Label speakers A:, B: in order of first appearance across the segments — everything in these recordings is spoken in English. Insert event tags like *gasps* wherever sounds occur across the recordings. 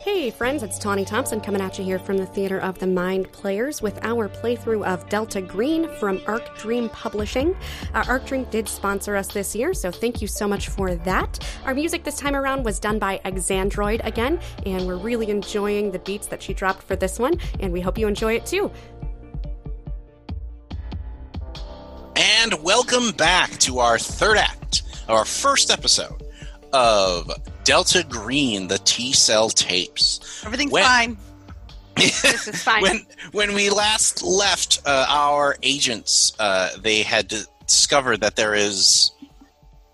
A: Hey, friends, it's Tawny Thompson coming at you here from the Theater of the Mind Players with our playthrough of Delta Green from Arc Dream Publishing. Uh, Arc Dream did sponsor us this year, so thank you so much for that. Our music this time around was done by Exandroid again, and we're really enjoying the beats that she dropped for this one, and we hope you enjoy it too.
B: And welcome back to our third act, our first episode of Delta Green, the T cell tapes.
C: Everything's
B: When-
C: fine.
A: This is fine.
B: When when we last left uh, our agents, uh, they had discovered that there is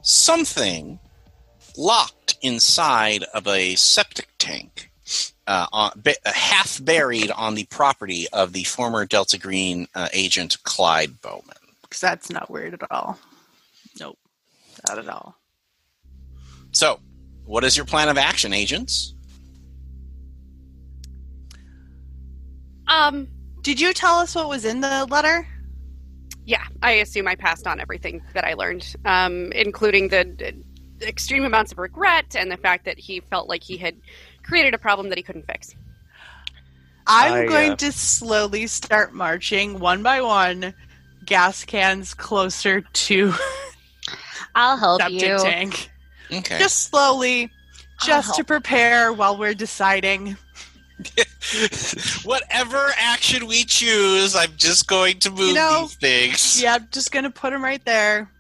B: something locked inside of a septic tank, uh, on, ba- half buried on the property of the former Delta Green uh, agent Clyde Bowman.
C: Because that's not weird at all. Nope. Not at all.
B: So, what is your plan of action, agents?
A: um,
C: Did you tell us what was in the letter?
A: yeah, I assume I passed on everything that I learned, um, including the the extreme amounts of regret and the fact that he felt like he had created a problem that he couldn't fix.
C: I'm
D: I,
C: going
D: uh,
C: to slowly start marching one by one, gas cans closer to
E: I'll
C: *laughs*
E: help
C: septic
E: you.
C: tank.
B: Okay.
C: Just slowly, just
E: I'll
C: to
E: help.
C: prepare while we're deciding.
B: *laughs* Whatever action we choose, I'm just going to move
C: know,
B: these things.
C: Yeah, I'm just going to put them right there.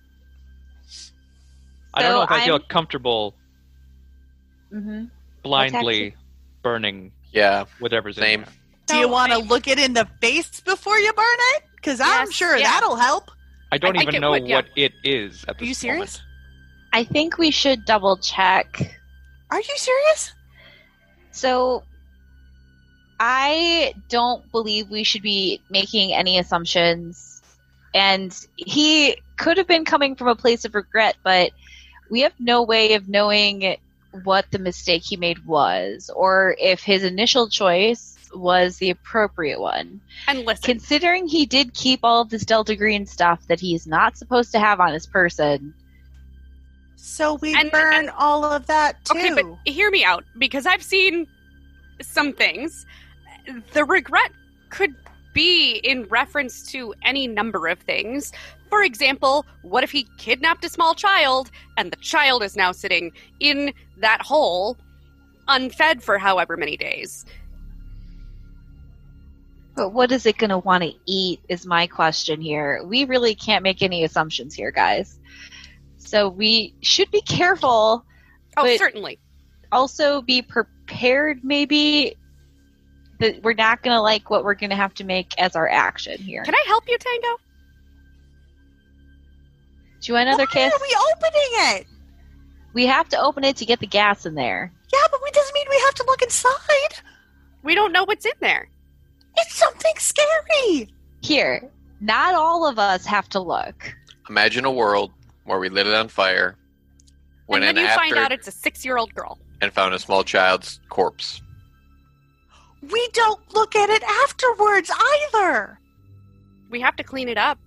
D: I don't know
E: So
D: if I feel
E: I'm-
D: comfortable
E: Mm-hmm.
D: blindly burning
F: Yeah.
D: whatever's
F: Same.
D: in there.
C: Do
A: No,
C: you want
A: I-
C: to look it in the face before you burn it? Because I'm
A: Yes,
C: sure
A: yeah.
C: that'll help.
D: I don't
A: I think
D: even
A: it
D: know
A: would, yeah.
D: what it is at
C: Are
D: this
C: you serious?
D: moment.
E: I think we should double check.
C: Are you serious?
E: So I don't believe we should be making any assumptions. And he could have been coming from a place of regret, but we have no way of knowing what the mistake he made was or if his initial choice was the appropriate one.
A: And listen,
E: Considering he did keep all of this Delta Green stuff that he's not supposed to have on his person,
C: So we
A: And-
C: burn
A: and-
C: all of that too.
A: okay, but hear me out because I've seen some things. The regret could be in reference to any number of things. For example, what if he kidnapped a small child and the child is now sitting in that hole unfed for however many days?
E: But what is it going to want to eat is my question here. We really can't make any assumptions here, guys. So we should be careful,
A: Oh,
E: But-
A: certainly.
E: also be prepared maybe that we're not going to like what we're going to have to make as our action here.
A: Can I help you, Tango?
E: Do you want another
C: Why
E: kiss?
C: Are we opening it?
E: We have to open it to get the gas in there.
C: Yeah, but it doesn't mean we have to look inside.
A: We don't know what's in there.
C: It's something scary.
E: Here, not all of us have to look.
F: Imagine a world where we lit it on fire, went
A: and
F: in
A: then you
F: after,
A: find out it's a six year old girl.
F: and found a small child's corpse.
C: We don't look at it afterwards either.
A: We have to clean it up.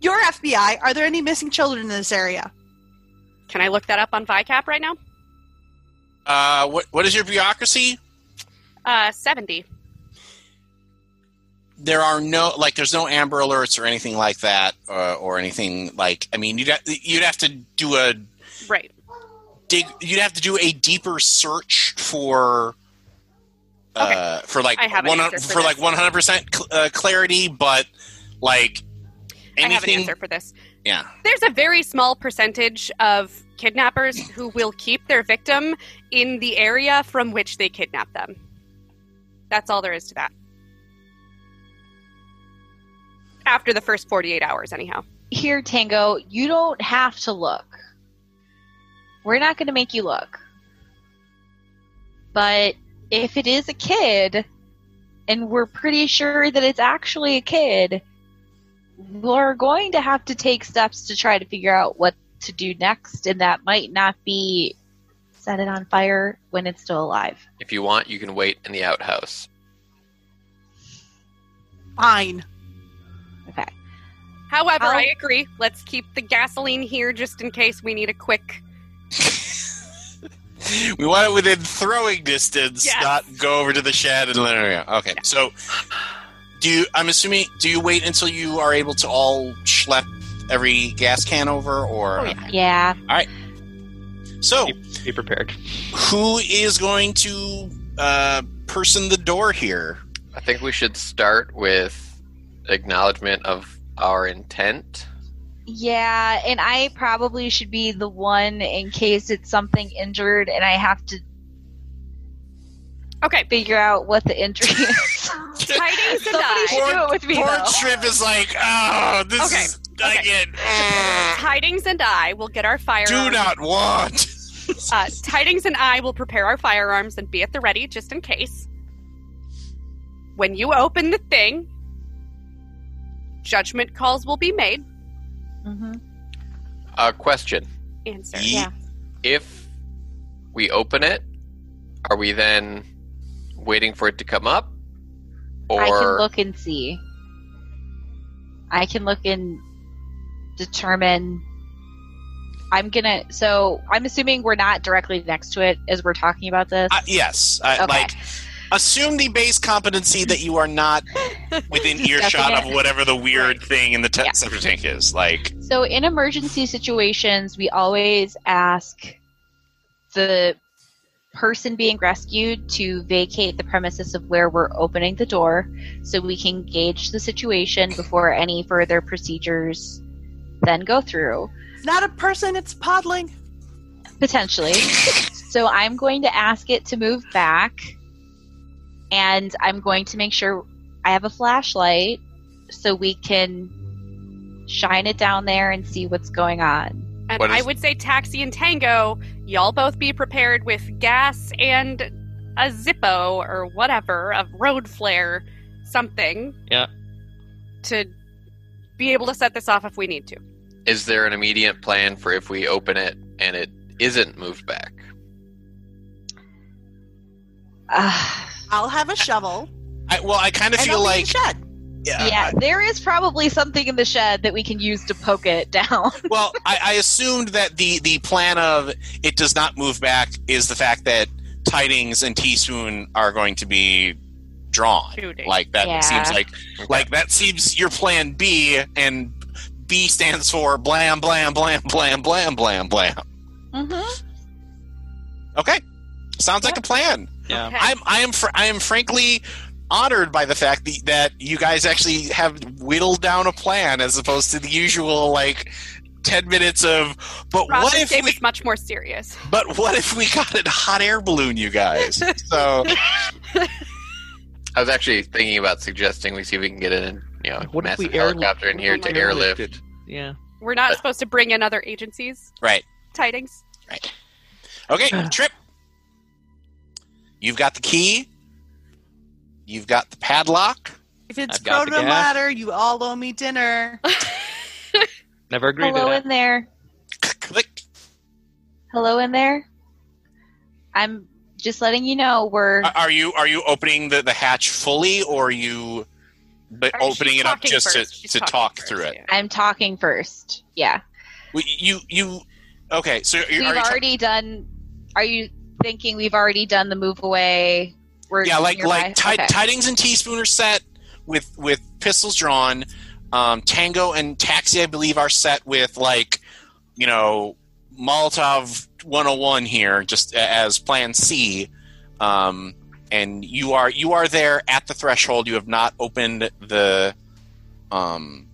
C: Your FBI, are there any missing children in this area?
A: Can I look that up on VICAP right now?
B: Uh, what what is your bureaucracy?
A: Uh, 70.
B: There are no like there's no amber alerts or anything like that uh, or anything like I mean you'd ha- you'd have to do a
A: Right.
B: dig you'd have to do a deeper search for uh, for like
A: I have an
B: one
A: answer for
B: for like
A: this.
B: 100% cl- uh, clarity but like
A: I have an
B: anything
A: answer for this.
B: Yeah.
A: There's a very small percentage of
B: *laughs*
A: kidnappers who will keep their victim in the area from which they kidnap them. That's all there is to that. After the first 48 hours, anyhow.
E: Here, Tango, you don't have to look. We're not going to make you look. But if it is a kid, and we're pretty sure that it's actually a kid, we're going to have to take steps to try to figure out what to do next, and that might not be set it on fire when it's still alive.
F: If you want, you can wait in the outhouse.
C: Fine.
E: Okay.
G: However,
E: I'll-
G: I agree. Let's keep the gasoline here just in case we need a quick.
B: we want it within throwing distance,
G: Yes.
B: not go over to the shed and let her go. Okay, so do you, I'm assuming do you wait until you are able to all schlep every gas can over, or
G: Oh, yeah.
E: Yeah.
B: so
D: Be prepared.
F: Mm,
B: who is going to uh, person the door here?
F: I think we should start with acknowledgement of our intent.
E: Yeah, and I probably should be the one in case it's something injured and I have to *laughs*
G: Okay,
E: figure out what the injury is.
G: tidings and
E: Somebody
G: I.
E: should do it with me,
B: Poor
E: though.
B: Trip is like, oh, this
G: Okay,
B: is
G: okay. *laughs*
B: again. ugh,
G: Tidings and I will get our firearms.
B: do not want.
G: Uh, Tidings and I will prepare our firearms and be at the ready just in case. When you open the thing, judgment calls will be made.
E: hmm
F: Uh, question:
G: Answer.
B: Ye-
E: yeah.
F: If we open it, are we then waiting for it to come up, or
E: I can look and see. I can look and determine. I'm gonna. So I'm assuming we're not directly next to it as we're talking about this.
B: Uh, yes, I,
E: okay.
B: like assume the base competency that you are not within earshot of
E: *laughs* Definite.
B: whatever the weird thing in the te-
E: Yeah.
B: septic tank is. Like,
E: So, in emergency situations, we always ask the person being rescued to vacate the premises of where we're opening the door so we can gauge the situation before any further procedures then go through,
C: It's not a person, it's podling.
E: potentially. so, I'm going to ask it to move back and I'm going to make sure I have a flashlight so we can shine it down there and see what's going on.
G: And
F: What
G: I
F: is-
G: would say taxi and tango, y'all both be prepared with gas and a Zippo or whatever, a road flare, something.
D: Yeah.
G: To be able to set this off if we need to.
F: is there an immediate plan for if we open it and it isn't moved back?
E: Ah.
C: I'll have a shovel.
D: *laughs*
B: I, well, I kind of
C: and I'll
B: feel
C: be
B: like,
C: in the shed.
B: yeah.
E: yeah, there is probably something in the shed that we can use to poke it *laughs* down.
B: I- well, I, I assumed that the the plan of it does not move back is the fact that tidings and teaspoon are going to be drawn.
G: Shooting.
B: Like that
E: Yeah.
B: seems like like that seems your plan B and. B stands for blam blam blam blam blam blam blam.
E: mm-hmm.
B: Okay, sounds like a plan.
D: Yeah.
G: Okay.
B: I'm I am fr- I am frankly honored by the fact that, that you guys actually have whittled down a plan as opposed to the usual like 10 minutes of but
G: Robin's
B: what if
G: game
B: we
G: is much more serious.
B: but what if we got a hot air balloon you guys so
F: I was actually thinking about suggesting we see if we can get in, you know,
D: What if
F: massive
D: we airli-
F: helicopter in
D: what
F: here
D: if we
F: to airlift.
D: airlifted? Yeah.
G: We're not
B: Uh,
F: But-
G: supposed to bring in other agencies'
B: right
G: tidings.
D: *sighs*
B: okay trip you've got the key you've got the padlock
C: If it's
D: I've got the
C: proton
D: gas.
C: ladder, you all owe me dinner.
E: *laughs*
D: Never agreed to
E: Hello
D: that.
E: in there.
B: click
E: Hello in there. I'm just letting you know we're.
B: Uh, Are- are you are you opening the, the hatch fully or are you but
G: Or she's
B: opening it up
G: talking
B: just
G: first.
B: to,
G: She's
B: to
G: talking
B: talk
G: first,
B: through it
G: yeah.
E: I'm talking first. Yeah,
B: Well, You you okay? So you're,
E: we've
B: are you try-
E: already done. Are you thinking we've already done the move away? We're
B: yeah, like
E: nearby?
B: like ti-
E: Okay.
B: tidings and teaspoon are set with with pistols drawn. Um, Tango and Taxi, I believe, are set with like you know Molotov 101 here, just a- as Plan C. Um, and you are you are there at the threshold. You have not opened the um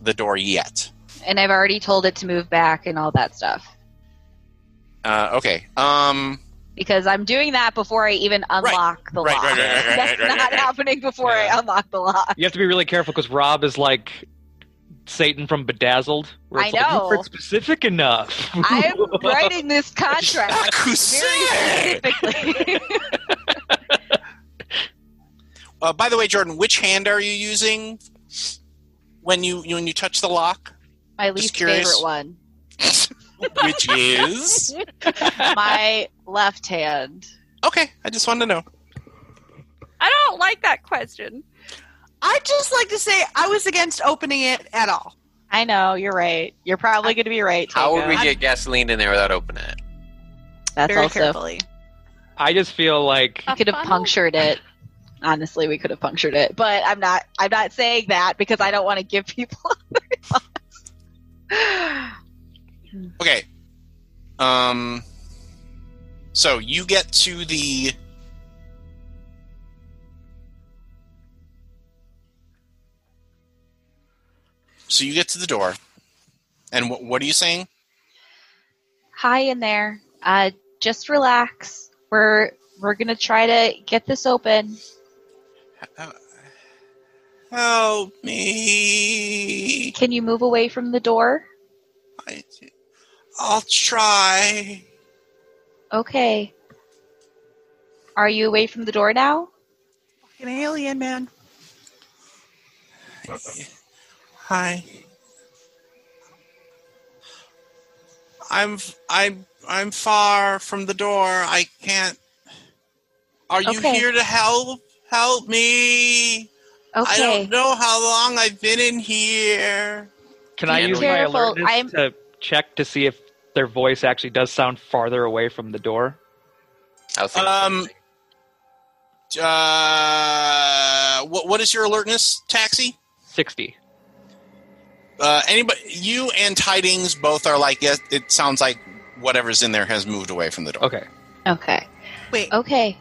B: the door yet.
E: and I've already told it to move back and all that stuff
B: Uh, okay. Um.
E: because I'm doing that before I even unlock the
B: Right,
E: lock.
B: right, right, right, right,
E: That's
B: right, right,
E: not
B: right.
E: happening before
D: Yeah.
E: I unlock the
B: *laughs*
E: lock.
D: You have to be really careful because Rob is like Satan from Bedazzled. Where it's
E: I
D: like, you
E: know.
D: weren't specific enough.
E: I'm
D: *laughs*
E: writing
B: *laughs*
E: this contract very
B: Yakuza!
E: specifically.
B: Uh, by the way, Jordan, which hand are you using when you when you touch the lock?
E: My least
B: curious.
E: favorite one.
B: which is
E: My left hand.
B: *laughs* okay. I just wanted to know.
A: I don't like that question.
C: I'd just like to say I was against opening it at all.
E: I know you're right. You're probably going to be right.
D: Oh,
F: How would
E: Tycho.
F: we get gasoline in there without opening it?
E: That's
C: Very
E: also.
C: carefully.
D: I just feel like
E: We could have punctured it. Honestly, we could have punctured it, but I'm not. I'm not saying that because I don't want to give people. *laughs* a response.
B: Okay. Um. So you get to the. So you get to the door, and what what are you saying?
E: Hi in there. Uh, just relax. We're we're gonna try to get this open.
B: Help me!
E: Can you move away from the door?
B: I, I'll try.
E: Okay. Are you away from the door now?
C: An alien man.
B: Hi. I'm I'm I'm far from the door. I can't. Are you
E: Okay.
B: here to help? Help me! I
E: Okay.
B: don't know how long I've been in here.
D: Can I
F: Yeah,
D: use
F: no,
D: my
E: Careful,
D: alertness
E: I'm-
D: to check to see if their voice actually does sound farther away from the door?
F: I was thinking
B: Um,
F: something.
B: Uh, what what is your alertness, Taxi?
D: Sixty.
B: Uh, anybody, you and Tidings both are like yes. It sounds like whatever's in there has moved away from the door.
D: Okay.
E: Okay.
C: Wait.
E: Okay.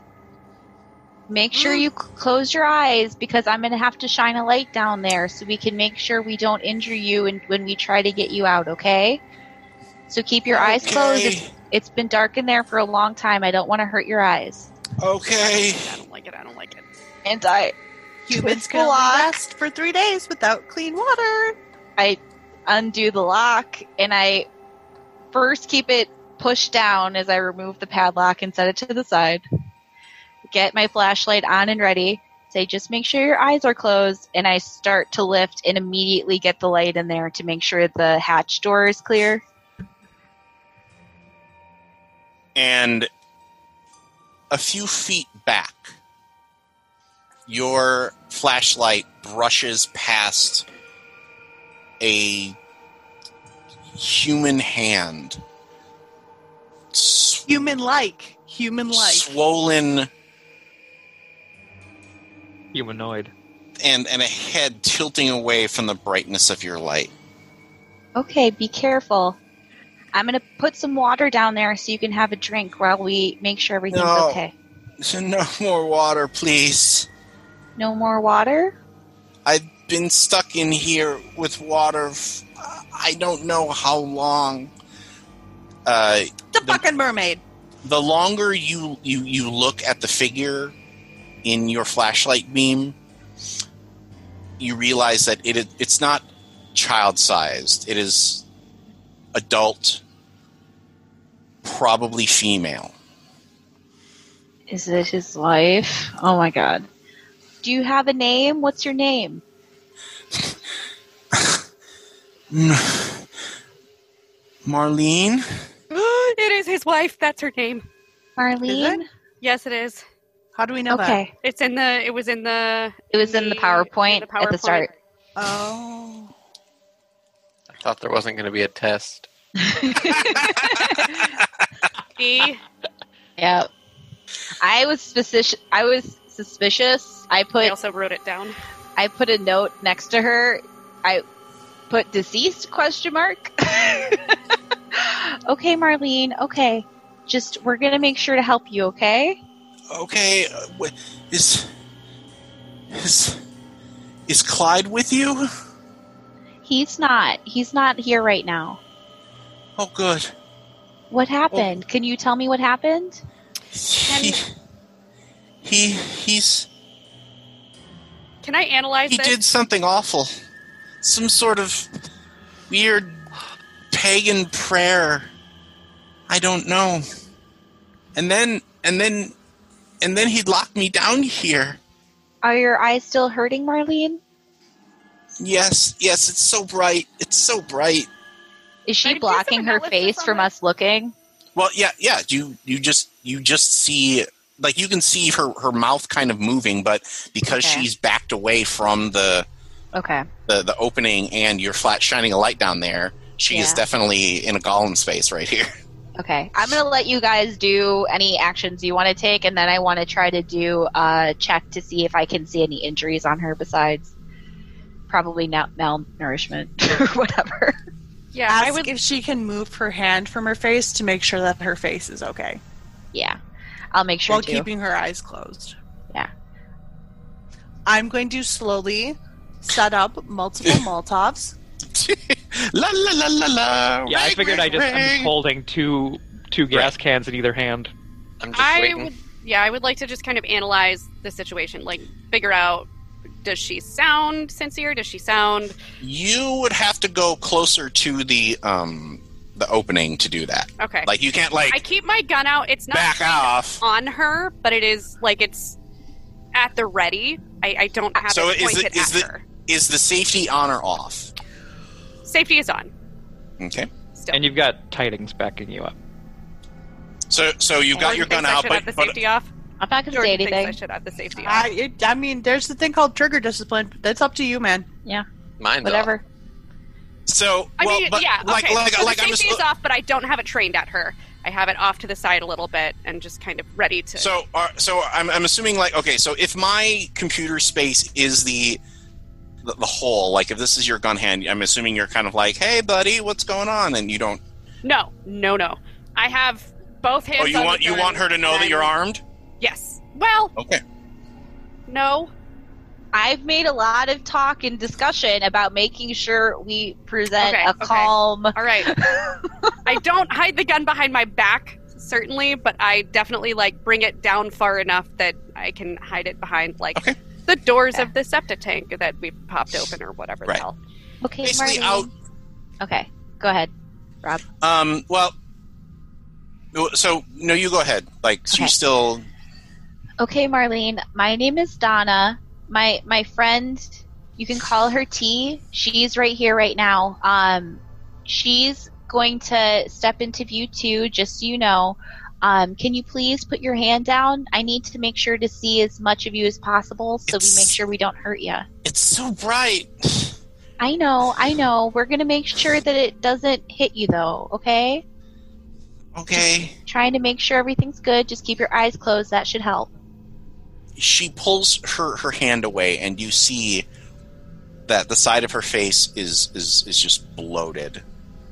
E: Make sure you c- close your eyes because I'm going to have to shine a light down there so we can make sure we don't injure you and when we try to get you out, okay? So keep your eyes closed.
B: Okay.
E: It's, it's been dark in there for a long time. I don't want to hurt your eyes.
B: Okay.
A: I don't like it. I don't like it. *gasps*
E: And I
C: Humans can only last for three days without clean water.
E: I undo the lock and I first keep it pushed down as I remove the padlock and set it to the side. Get my flashlight on and ready. Say, just make sure your eyes are closed. And I start to lift and immediately get the light in there to make sure the hatch door is clear.
B: And a few feet back, your flashlight brushes past a human hand.
C: Human like. Human like.
B: swollen
D: Humanoid.
B: and and a head tilting away from the brightness of your light. *laughs*
E: Okay, be careful. I'm going to put some water down there so you can have a drink while we make sure everything's
B: No.
E: okay.
B: No more water, please.
E: No more water?
B: I've been stuck in here with water. F- I don't know how long. Uh,
C: The
B: The-
C: fucking mermaid.
B: the longer you, you you look at the figure in your flashlight beam, you realize that it is- it's not child sized. It is adult, probably female.
E: Is this his life? Oh my god. Do you have a name? What's your name?
B: Marlene.
A: it is his wife. That's her name.
E: Marlene?
A: Yes, it is.
C: How do we know that?
E: Okay.
A: It's in the. It was in the. E,
E: It was in the PowerPoint,
A: in
E: at the start.
C: Oh.
F: I thought there wasn't going to be a test.
E: *laughs*
A: PowerPoint.
E: Yeah. I was suspicious I was suspicious. I
A: I
E: put
A: also wrote it down.
E: I put a note next to her. I put deceased question mark. *laughs* okay, Marlene. Okay. Just we're going to make sure to help you, okay?
B: Okay, uh, wh- is is is Clyde with you?
E: He's not. He's not here right now.
B: Oh, good.
E: What happened? Can you tell me what happened?
B: He he he's
A: Can I analyze
B: he
A: this?
B: did something awful. Some sort of weird pagan prayer. I don't know. And then and then and then he locked me down here.
E: Are your eyes still hurting, Marlene?
B: Yes, yes, it's so bright. It's so bright.
A: I
E: Is
A: do
E: she
A: some
E: blocking her
A: analysis
E: face
A: on
E: from
A: it.
E: us looking?
B: Well, yeah, yeah. You you just you just see like you can see her her mouth kind of moving, but because
E: Okay.
B: she's backed away from the
E: Okay.
B: the, the opening and you're flat shining a light down there, she is
E: Yeah.
B: definitely in a golem space right here.
E: Okay. I'm gonna let you guys do any actions you want to take, and then I want to try to do a check to see if I can see any injuries on her besides probably not malnourishment *laughs* or whatever.
A: Yeah,
C: Ask
A: I would.
C: if she can move her hand from her face to make sure that her face is okay
E: Yeah. I'll make sure
C: while
E: to.
C: keeping her eyes closed.
E: Yeah.
C: I'm going to slowly set up
A: *laughs*
C: multiple Molotovs.
B: la la la la la.
D: Yeah, I
B: Ring,
D: figured I
B: ring,
D: just I'm just
B: ring.
D: holding two two gas cans in either hand.
F: I'm just
A: I
F: waiting.
A: would. Yeah, I would like to just kind of analyze the situation, like figure out does she sound sincere? Does she sound?
B: You would have to go closer to the um the opening to do that.
A: Okay.
B: Like you can't like
A: I keep my gun out. It's not
B: back
A: trained
B: off.
A: on her, but it is like it's at the ready. I, I don't have
B: So
A: it
B: is
A: pointed
B: it- is
A: at
B: it-
A: her.
B: Is the safety on or off?
A: Safety is on.
B: Okay.
A: Still.
D: And you've got Tidings backing you up.
B: So so you've got
A: Jordan
B: your gun
A: thinks Oh, I
B: out,
A: should
B: but,
A: have the
B: but
A: safety off.
E: I'm not gonna
A: Jordan
E: say
A: thinks I
E: anything.
A: should have the safety off.
C: I, it, I mean, there's the thing called trigger discipline. That's up to you, man.
F: Mine though.
E: Whatever.
B: so
A: I
B: well,
A: mean,
B: but
A: yeah,
B: like
A: okay.
B: like
A: so
B: like
A: the
B: I'm just
A: safety is off, but I don't have it trained at her. I have it off to the side a little bit and just kind of ready to.
B: So, are, so I'm, I'm assuming like okay, so if my computer space is the, the the hole, like if this is your gun hand, I'm assuming you're kind of like, hey, buddy, what's going on? And you don't.
A: no, no, no. I have both hands.
B: Oh, you
A: on
B: want
A: the
B: you
A: gun,
B: want her to know
A: and
B: that you're
A: I'm-
B: armed?
A: Yes. Well,
B: Okay.
A: no.
E: I've made a lot of talk and discussion about making sure we present
A: Okay,
E: a
A: okay.
E: calm.
A: All
B: *laughs*
A: right. I don't hide the gun behind my back, certainly, but I definitely like bring it down far enough that I can hide it behind like
B: Okay.
A: the doors
E: Yeah.
A: of the septic tank that we popped open or whatever
B: Right.
A: the hell.
E: Okay,
B: Basically
E: Marlene. Okay, go ahead.
B: Um. Well. So no, you go ahead. Like she's
E: Okay.
B: still
E: Okay, Marlene, my name is Donna. My my friend, you can call her T. She's right here right now. Um, she's going to step into view two, just so you know. Um, can you please put your hand down? I need to make sure to see as much of you as possible, so
B: It's-
E: we make sure we don't hurt you.
B: it's so bright. *sighs*
E: I know, I know. We're gonna make sure that it doesn't hit you, though. Okay?
B: Okay.
E: Trying to make sure everything's good. Just keep your eyes closed. That should help.
B: she pulls her, her hand away and you see that the side of her face is is, is just bloated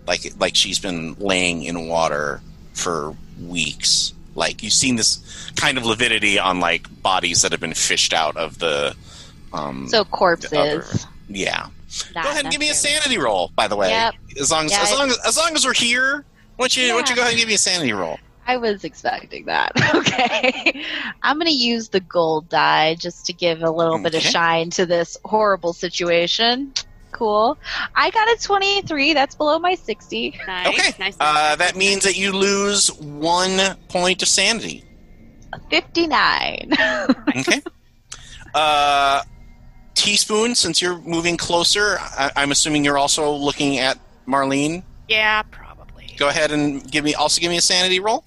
B: like like she's been laying in water for weeks like you've seen this kind of lividity on like bodies that have been fished out of the um
E: So
B: other-
E: corpses.
B: yeah
E: Not
B: go ahead and give me a
E: necessarily.
B: sanity roll by the way
E: Yep.
B: as long as,
E: Yeah,
B: as
E: I-
B: long as as long as we're here why don't you why don't you
E: Yeah.
B: go ahead and give me a sanity roll
E: I was expecting that. *laughs* Okay. I'm going to use the gold die just to give a little bit of
B: Okay.
E: shine to this horrible situation. Cool. I got a 23. That's below my 60.
A: Nice,
B: Okay.
A: nice, nice,
B: uh,
A: nice,
B: that
A: nice.
B: means that you lose one point of sanity
E: 59.
B: Okay. Uh, teaspoon, since you're moving closer, I- I'm assuming you're also looking at Marlene.
A: Yeah, probably.
B: Go ahead and give me also give me a sanity roll.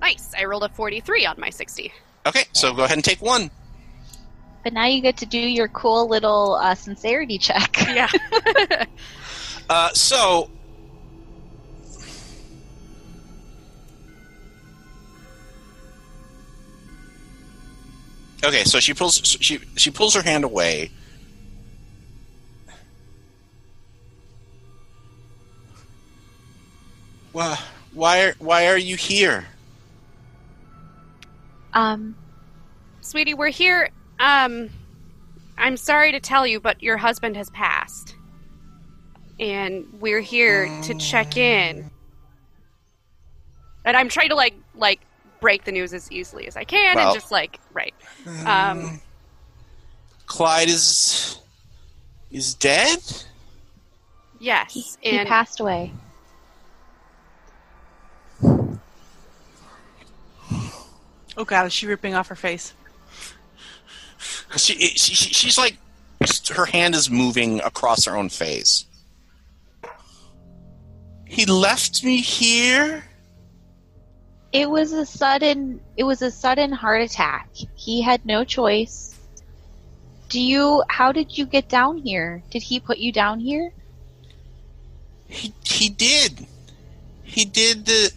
A: Nice. I rolled a 43 on my 60.
B: Okay, so go ahead and take one.
E: *laughs* but now you get to do your cool little uh, sincerity check.
A: Yeah.
B: Uh, so. Okay, so she pulls she she pulls her hand away. Why why are, why are you here?
E: Um,
A: Sweetie, we're here. Um, I'm sorry to tell you, but your husband has passed. And we're here to check in. And I'm trying to like like break the news as easily as I can
B: Well-
A: and just like right. Um
B: Clyde is is dead?
E: he,
A: yes.
E: he
A: and
E: passed away.
C: Oh, God, is she ripping off her face?
B: She, she, she she's like her hand is moving across her own face. He left me here?
E: It was a sudden it was a sudden heart attack. He had no choice. Do you how did you get down here? Did he put you down here?
B: He he did. He did the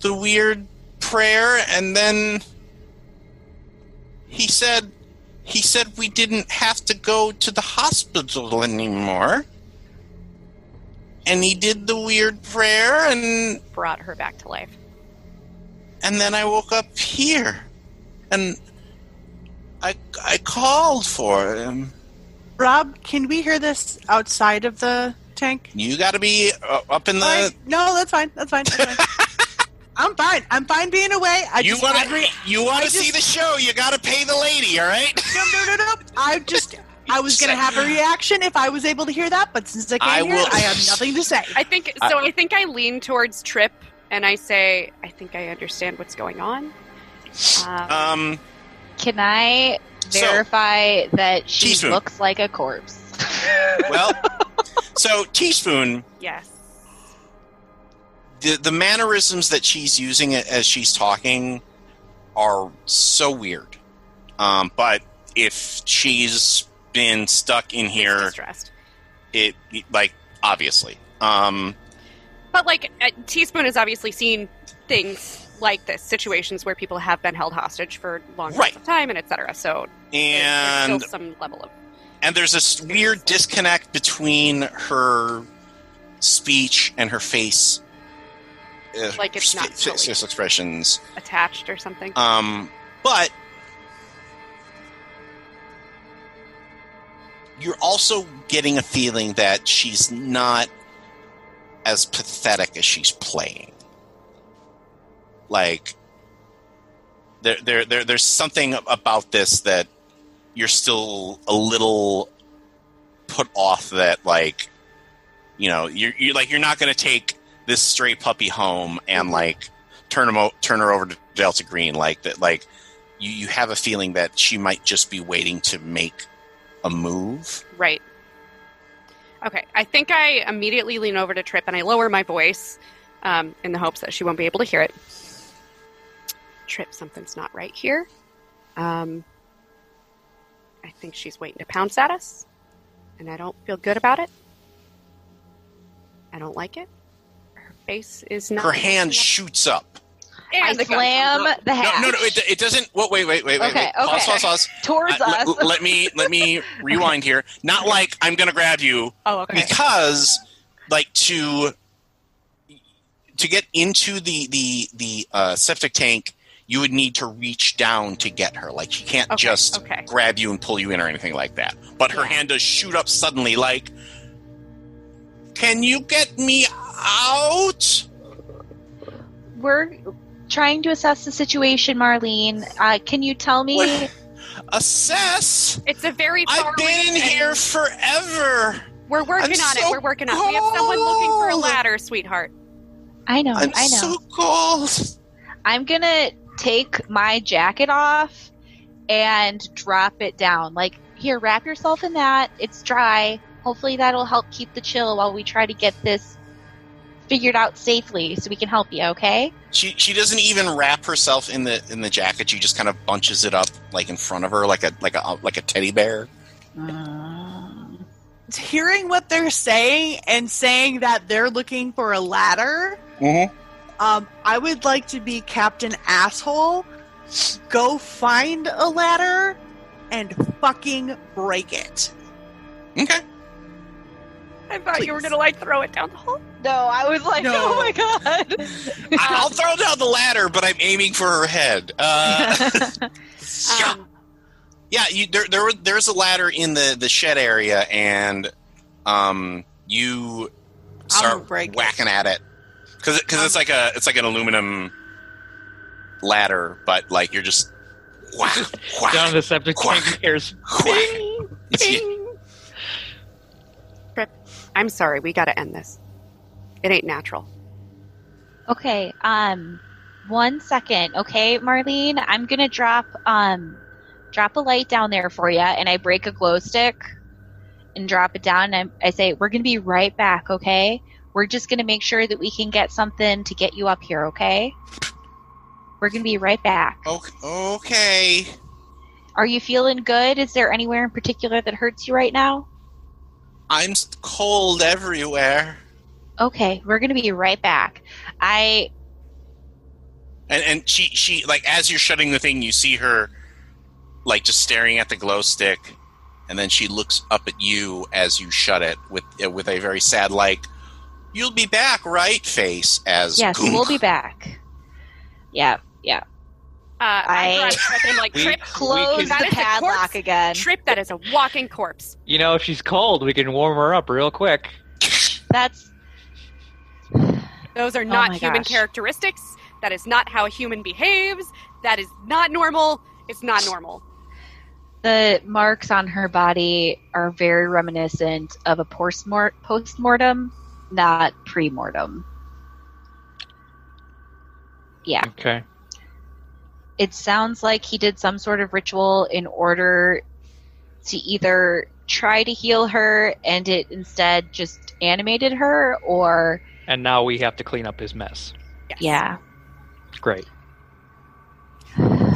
B: the weird prayer and then he said he said we didn't have to go to the hospital anymore. And he did the weird prayer and
A: Brought her back to life.
B: and then I woke up here, and I I called for him.
C: Rob, can we hear this outside of the tank?
B: You got to be uh, up in the.
C: Like, no, that's fine. That's fine. That's fine.
B: *laughs*
C: I'm fine. I'm fine being away. I
B: you
C: just,
B: want
C: I-
B: to you want
C: I
B: to see
C: just-
B: the show? You got to pay the lady, all right?
C: *laughs* No, no, no, no. I just. I was gonna have a reaction if I was able to hear that, but since I can't
B: I
C: hear
B: will-
C: it, I have nothing to say.
A: I think so. I think I lean towards Trip and I say, I think I understand what's going on. Um,
B: Um,
E: Can I
B: So-
E: verify that she
B: Teaspoon.
E: looks like a corpse?
B: well, so teaspoon
A: Um, yes.
B: the the mannerisms that she's using as she's talking are so weird. Um, but if she's been stuck in
A: He's
B: here,
A: distressed.
B: it like obviously. Um,
A: But like uh, Teaspoon has obviously seen things like this, situations where people have been held hostage for long periods
B: Right.
A: of time and etc. So there's-
B: and
A: there's still some level of
B: and there's this weird disconnect between her speech and her face uh,
A: Like it's not
B: fa- facial
A: fully-
B: expressions
A: attached or something.
B: um but you're also getting a feeling that she's not as pathetic as she's playing like there, there, there, there's something about this that you're still a little put off that like you know you're, you're like you're not going to take this stray puppy home and like turn him o- turn her over to delta green like that like you, you have a feeling that she might just be waiting to make a move
A: Right. Okay. I think I immediately lean over to Trip and I lower my voice um, in the hopes that she won't be able to hear it. Trip, something's not right here. Um, I think she's waiting to pounce at us, and I don't feel good about it. I don't like it. Her face is not.
B: her hand shoots up
A: And
E: I
A: the gun
E: slam
A: comes out.
E: the
B: no
E: hatch
B: no no it, it doesn't well, wait wait wait wait
E: Okay,
B: wait pause
E: okay.
B: pause pause
E: towards
B: Uh,
E: us.
B: let- let me let me rewind here not like i'm gonna grab you
A: Oh, okay.
B: because like to to get into the the the uh, septic tank you would need to reach down to get her like she can't
A: Okay,
B: just
A: okay.
B: grab you and pull you in or anything like that but her
A: Yeah.
B: hand does shoot up suddenly like can you get me out
E: We're trying to assess the situation, Marlene. Uh, can you tell me?
B: What? assess
A: It's a very. far
B: i've
A: reach
B: been in
A: and
B: here forever
A: We're working
B: I'm
A: on
B: so
A: it. We're working on it. We have someone looking for a
B: cold.
A: ladder, sweetheart.
E: I
A: Oh,
E: know.
B: i'm
E: I know.
B: so cold
E: I'm gonna take my jacket off and drop it down. Like, here, wrap yourself in that. It's dry. Hopefully, that'll help keep the chill while we try to get this figured out safely so we can help you, okay?
B: She she doesn't even wrap herself in the in the jacket. She just kind of bunches it up like in front of her, like a like a like a teddy bear.
C: It's hearing what they're saying and saying that they're looking for a ladder.
B: Mm-hmm.
C: Um, I would like to be Captain Asshole. Go find a ladder and fucking break it.
B: Okay.
A: I thought you were
C: Please.
A: gonna like throw it down the hall.
E: No, I was like, *laughs*
C: No. "Oh my
E: god.
B: I'll throw down the ladder, but I'm aiming for her head. Uh,
C: *laughs*
B: yeah,
A: Um,
B: yeah. You, there, there, were- there's a ladder in the the shed area, and um, you start
C: break it. Um,
B: whacking at it because because it's like a it's like an aluminum ladder, but like you're just whack whack.
D: Down in the septic
B: Quack.
D: tank, who cares?
B: whack.
A: I'm sorry, we gotta end this. It ain't natural.
E: Okay, um one second, okay, Marlene? I'm gonna drop um drop a light down there for you and I break a glow stick and drop it down and I, I say, We're gonna be right back, okay? We're just going to make sure that we can get something to get you up here, okay? We're going to be right back.
B: Okay. okay.
E: Are you feeling good? Is there anywhere in particular that hurts you right now?
B: I'm s- cold everywhere.
E: Okay, we're going to be right back. I
B: And and she she like as you're shutting the thing, you see her like just staring at the glow stick, and then she looks up at you as you shut it with uh, with a very sad like, "You'll be back, right?" face as
E: yes,
B: Goonk.
E: we'll be back. Yeah,
A: Uh, I,
E: I-
A: grunted at them, like
D: We-
A: trip,
E: close
A: That
E: the
A: is a corpse.
E: padlock again.
A: trip. That is a walking corpse.
D: You know, if she's cold, we can warm her up real quick.
E: That's
A: Those are not
E: my
A: human
E: gosh.
A: characteristics. That is not how a human behaves. That is not normal. It's not normal.
E: the marks on her body are very reminiscent of a postmor- postmortem, not premortem. Yeah,
D: Okay.
E: it sounds like he did some sort of ritual in order to either try to heal her and it instead just animated her or
D: And now we have to clean up his mess.
A: Yes.
E: yeah.
D: Great.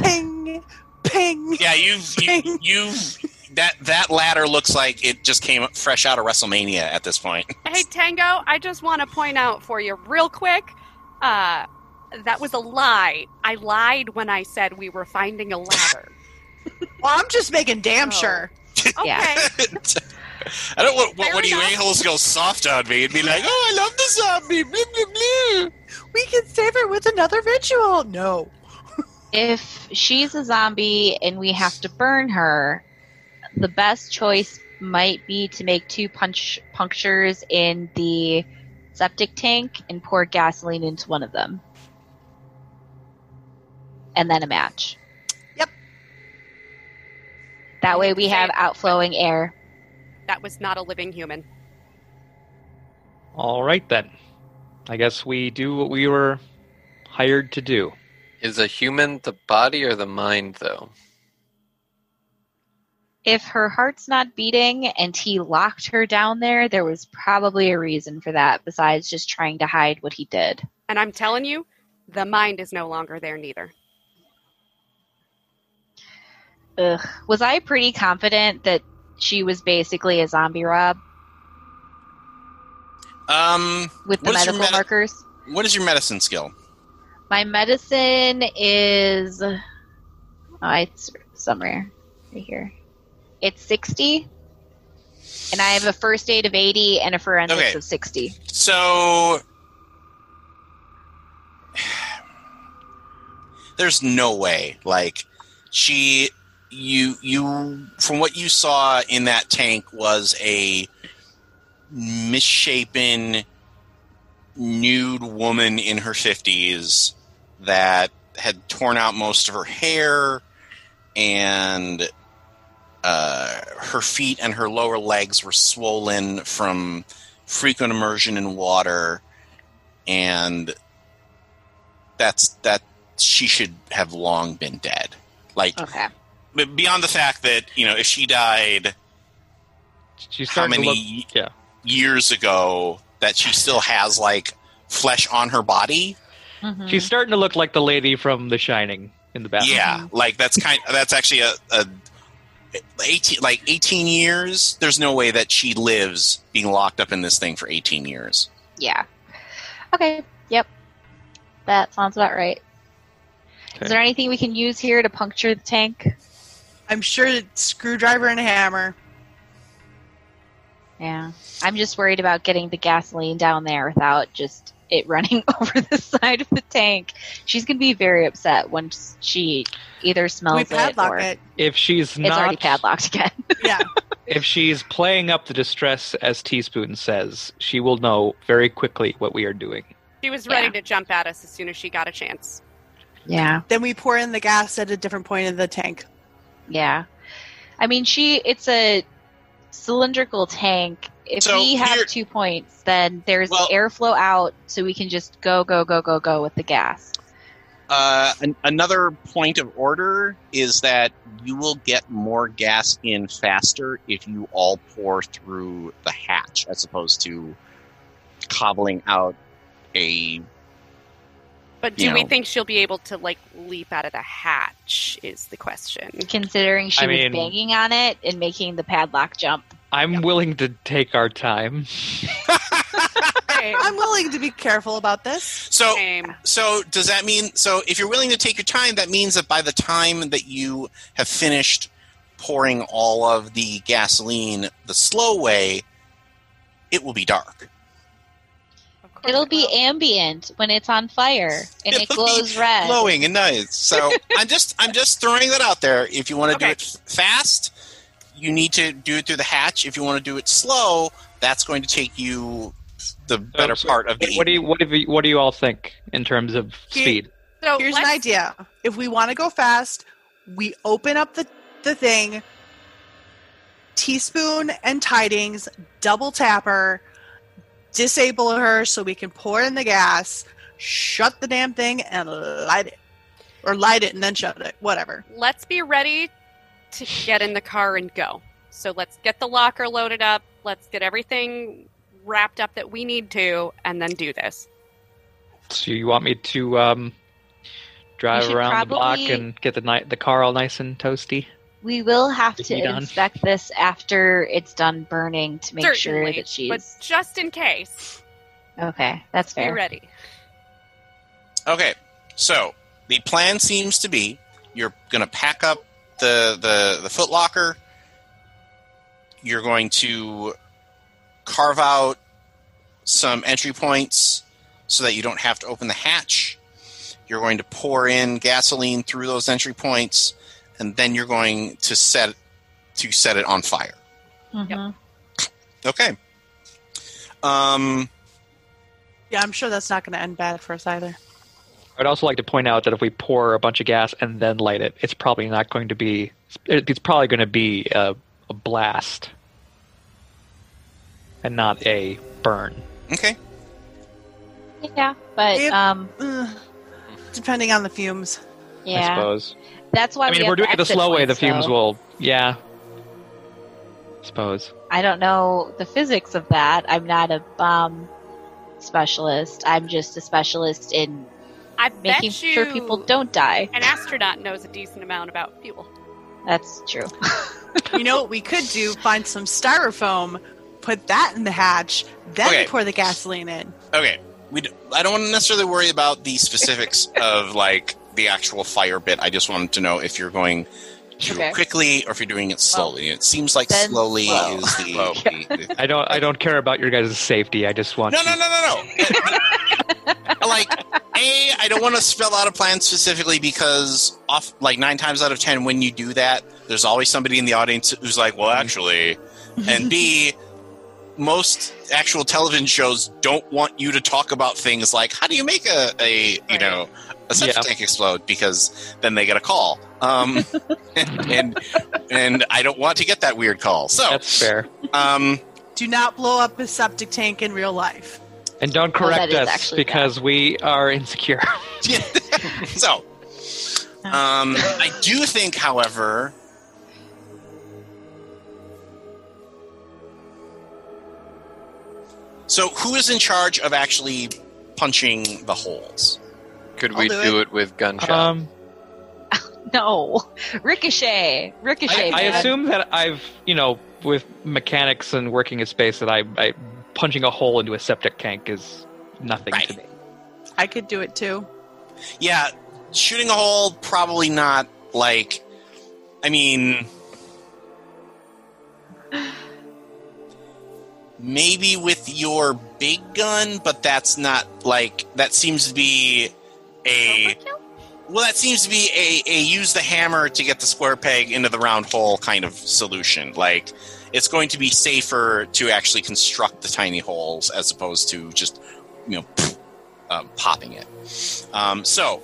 C: Ping, ping.
B: *laughs* Yeah, you've you,
E: *laughs*
C: Thing.
B: you've that that ladder looks like it just came up fresh out of WrestleMania at this point.
A: Hey Tango, I just want to point out for you real quick. Uh, that was a lie. I lied when I said we were finding a ladder.
C: Well, I'm just making damn
A: Oh.
C: sure.
A: Okay.
E: Yeah.
B: *laughs* I don't want what,
A: Fair
B: what do you
A: enough.
B: a-holes go soft on me and be like, "Oh, I love the zombie." Blah, blah, blah.
C: We can save it with another ritual. No.
E: if she's a zombie and we have to burn her, the best choice might be to make two punch punctures in the septic tank and pour gasoline into one of them. And then a match.
C: Yep.
E: That way we have outflowing air.
A: That was not a living human.
D: All right then. I guess we do what we were hired to do.
F: Is a human the body or the mind, though?
E: If her heart's not beating and he locked her down there, there was probably a reason for that besides just trying to hide what he did.
A: And I'm telling you, the mind is no longer there neither.
E: Ugh. Was I pretty confident that she was basically a zombie Rob
B: Um,
E: with the
B: What is your
E: medical
B: medi-
E: markers?
B: what is your medicine skill?
E: My medicine is. Oh, it's somewhere right here. It's 60. And I have a first aid of 80 and a forensics
B: Okay.
E: of 60.
B: So *sighs* there's no way. Like she you you from what you saw in that tank was a misshapen nude woman in her 50s that had torn out most of her hair and uh, her feet and her lower legs were swollen from frequent immersion in water and that's that she should have long been dead like
E: Okay.
B: but beyond the fact that you know if she died
D: She's
B: how
D: starting
B: many
D: to look. yeah.
B: years ago that she still has like flesh on her body
E: Mhm.
D: She's starting to look like the lady from The Shining in the bathroom.
B: yeah like that's kind that's actually a, a 18 like 18 years there's no way that she lives being locked up in this thing for 18 years
E: Yeah. Okay. Yep. That sounds about right.
D: Okay.
E: Is there anything we can use here to puncture the tank?
C: I'm sure it's screwdriver and a hammer.
E: Yeah. I'm just worried about getting the gasoline down there without just it *laughs* running over the side of the tank. She's going to be very upset once she either
C: we
E: smells it
C: padlock
E: or
C: it.
D: If she's
E: it's
D: not
E: already padlocked again. *laughs*
C: Yeah.
D: if she's playing up the distress as Teaspoon says, she will know very quickly what we are doing.
A: She was ready
E: Yeah.
A: to jump at us as soon as she got a chance.
E: Yeah.
C: then we pour in the gas at a different point in the tank.
E: Yeah. I mean, she it's a cylindrical tank. If
B: So
E: we have
B: here-
E: two points, then there's
B: Well-
E: airflow out so we can just go go go go go with the gas.
B: Uh, an- another point of order is that you will get more gas in faster if you all pour through the hatch as opposed to cobbling out a
A: But do
B: You
A: we
B: know.
A: think she'll be able to like leap out of the hatch? Is the *laughs* question.
E: Considering she
D: I
E: was
D: mean-
E: banging on it and making the padlock jump.
D: I'm willing to take our time.
C: I'm willing to be careful about this.
B: so
A: Shame.
B: so does that mean so if you're willing to take your time that means that by the time that you have finished pouring all of the gasoline the slow way it will be dark
A: Of course
E: It'll
A: it
E: be
A: will.
E: ambient when it's on fire and it
B: It'll be
E: glows red.
B: glowing and nice so i'm just i'm just throwing that out there if you want to do
A: Okay.
B: it f- fast you need to do it through the hatch if you want to do it slow that's going to take you the better
D: so
B: part of the
D: What, what do you what do you, what do you all think in terms of
C: Here-
D: speed?
A: So
C: Here's an
A: let's-
C: idea. If we want to go fast, we open up the, the thing, teaspoon and tidings, double tap her, disable her so we can pour in the gas, shut the damn thing, and light it. Or light it and then shut it. Whatever.
A: Let's be ready to get in the car and go. So let's get the locker loaded up. Let's get everything wrapped up that we need to, and then do this.
D: So you want me to um,
E: You
D: drive
E: should
D: around the block
E: probably-
D: and get the ni- the car all nice and toasty?
E: We will have
D: The
E: to
D: heat on.
E: inspect this after it's done burning to make
A: Certainly,
E: sure that
A: but
E: she's
A: just in case,
E: okay. That's
A: be
E: fair.
A: ready.
B: Okay, so the plan seems to be you're going to pack up the the the Foot Locker. You're going to carve out some entry points so that you don't have to open the hatch. You're going to pour in gasoline through those entry points, and then you're going to set to set it on fire.
E: Mhm.
B: Okay. Um.
C: Yeah, I'm sure that's not going to end bad for us either.
D: I'd also like to point out that if we pour a bunch of gas and then light it, it's probably not going to be. it- It's probably going to be a, a blast, and not a burn.
B: Okay.
E: Yeah, but
C: If-
E: um,
C: Ugh. depending on the fumes.
D: I
E: yeah,
D: suppose.
E: that's why.
D: I
E: we
D: mean, if
E: have
D: we're doing it the
E: exit
D: slow way, the
E: points,
D: fumes
E: though.
D: will. Yeah. Suppose.
E: I don't know the physics of that. I'm not a bomb specialist. I'm just a specialist in
A: I
E: making
A: bet you
E: sure people don't die.
A: An astronaut knows a decent amount about fuel.
E: That's true.
C: You know what we could do? Find some styrofoam, put that in the hatch, then
B: Okay.
C: pour the gasoline in.
B: okay we d- i don't want to necessarily worry about the
E: *laughs*
B: specifics of like the actual fire bit i just wanted to know if you're going to do it
E: Okay.
B: quickly or if you're doing it slowly it seems like
E: Then
B: slowly
E: slow.
B: is
A: *laughs*
B: the,
F: Slow.
B: the-
D: I don't. I don't care about your guys' safety. I just want.
B: no
D: you-
B: no no no no like a i don't want to spell out a plan specifically because off like nine times out of ten when you do that there's always somebody in the audience who's like well actually and b most actual television shows don't want you to talk about things like how do you make a, a you know a septic
D: Yeah.
B: tank explode because then they get a call um, *laughs* and and i don't want to get that weird call so
D: That's fair.
B: um,
C: Do not blow up a septic tank in real life.
D: And don't correct
E: is
D: us
E: actually bad.
D: because we
E: *laughs*
D: are insecure.
B: *laughs* so um, i do think however so who is in charge of actually punching the holes
F: Could
C: I'll
F: we
C: do
F: do, it. with gunshot?
D: um,
E: no, *laughs* ricochet,
D: I,
E: ricochet.
D: I
E: man.
D: assume that I've, you know, with mechanics and working in space, that I, I punching a hole into a septic tank is nothing
B: Right.
D: to me.
C: I could do it too.
B: Yeah, shooting a hole probably not. Like, I mean, maybe with your big gun, but that's not like that seems to be a
E: Overkill?
B: well, that seems to be a, a use the hammer to get the square peg into the round hole kind of solution. Like, it's going to be safer to actually construct the tiny holes as opposed to just, you know, um, popping it. Um, so,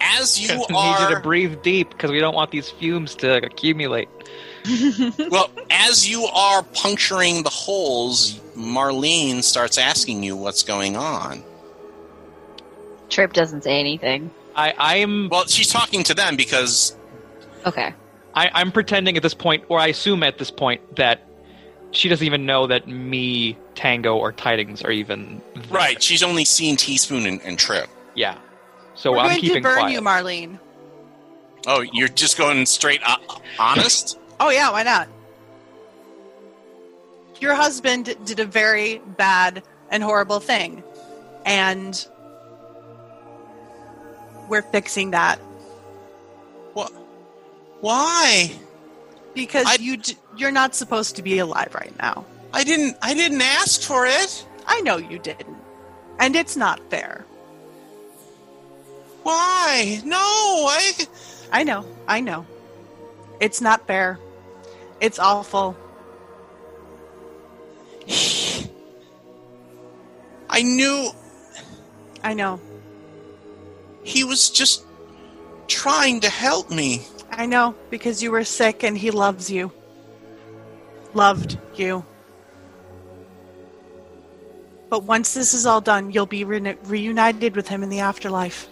B: as you
D: we *laughs* need you to
B: are
D: breathe deep because we don't want these fumes to accumulate.
E: *laughs*
B: well, as you are puncturing the holes, Marlene starts asking you what's going on.
E: Trip doesn't say anything.
D: I, I'm,
B: Well, she's talking to them because
E: Okay.
D: I, I'm pretending at this point, or I assume at this point that she doesn't even know that me, Tango, or Tidings are even there.
B: Right. She's only seen Teaspoon and, and Trip.
D: Yeah. So
C: We're
D: Oh, I'm
C: going to
D: keeping
C: burn
D: quiet.
C: you, Marlene.
B: Oh, you're just going straight uh, honest?
C: Oh yeah, why not? Your husband did a very bad and horrible thing, and we're fixing that
B: What? Why?
C: because
B: I-
C: you d- you're not supposed to be alive right now.
B: I didn't. I didn't ask for it.
C: I know you didn't, and it's not fair.
B: Why? No. I.
C: I know, I know. It's not fair. It's awful.
B: I knew
C: I know,
B: he was just trying to help me.
C: I know, because you were sick and he loves you. Loved you. But once this is all done, you'll be re- reunited with him in the afterlife.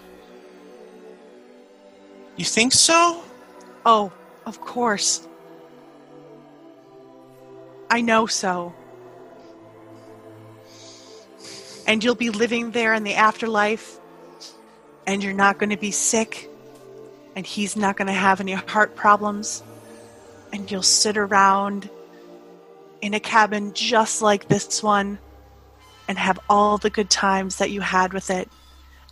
B: You think so?
C: Oh, of course. I know so. And you'll be living there in the afterlife, and you're not going to be sick, and he's not going to have any heart problems, and you'll sit around in a cabin just like this one and have all the good times that you had with it.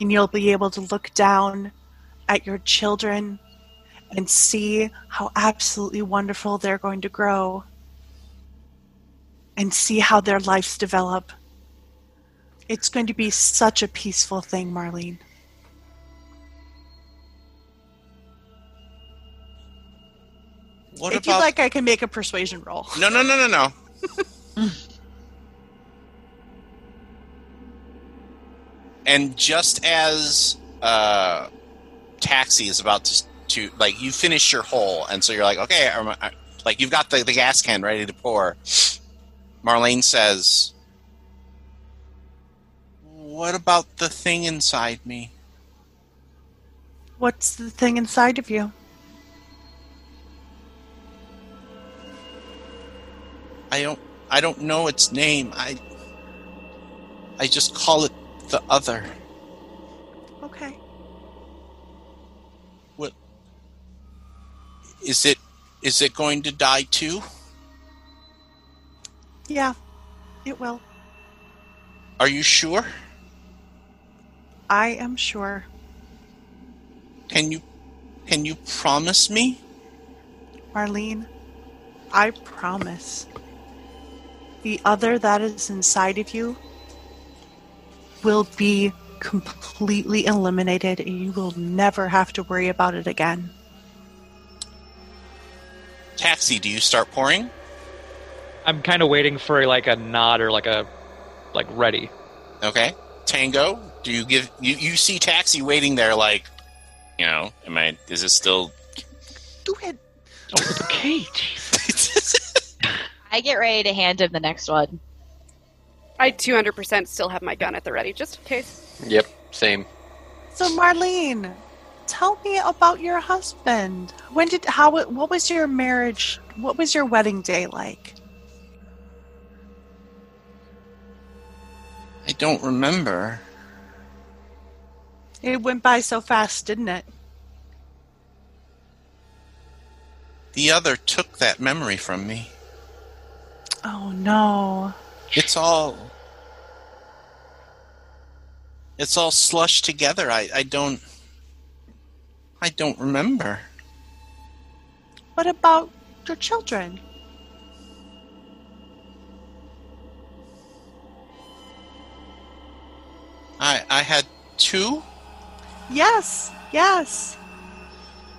C: And you'll be able to look down at your children and see how absolutely wonderful they're going to grow and see how their lives develop. It's going to be such a peaceful thing, Marlene.
B: What
C: if
B: about?
C: you'd like, I can make a persuasion roll.
B: no, no, no, no, no. and just as uh, taxi is about to, to like you finish your hole, and so you're like, okay, I'm, I, like you've got the, the gas can ready to pour. Marlene says, "What about the thing inside me?"
C: What's the thing inside of you?
B: I don't I don't know its name. I I just call it the other.
C: Okay.
B: Is it is it going to die too?
C: Yeah, it will.
B: Are you sure?
C: I am sure.
B: Can you can you promise me?
C: Marlene, I promise. The other that is inside of you will be completely eliminated and you will never have to worry about it again.
B: Taxi, do you start pouring?
D: I'm kind of waiting for like a nod or like a like ready.
B: Okay. Tango, do you give you, you see Taxi waiting there like you know, am I is this still
C: Do it.
D: Okay, jeez.
E: I get ready to hand him the next one.
A: I 200% still have my gun at the ready, just in case.
F: Yep, same.
C: So Marlene, tell me about your husband. When did how what was your marriage? What was your wedding day like?
B: I don't remember.
C: It went by so fast, didn't it?
B: The other took that memory from me.
C: Oh no.
B: It's all It's all slushed together. I, I don't I don't remember.
C: What about your children?
B: I I had two?
C: Yes, yes.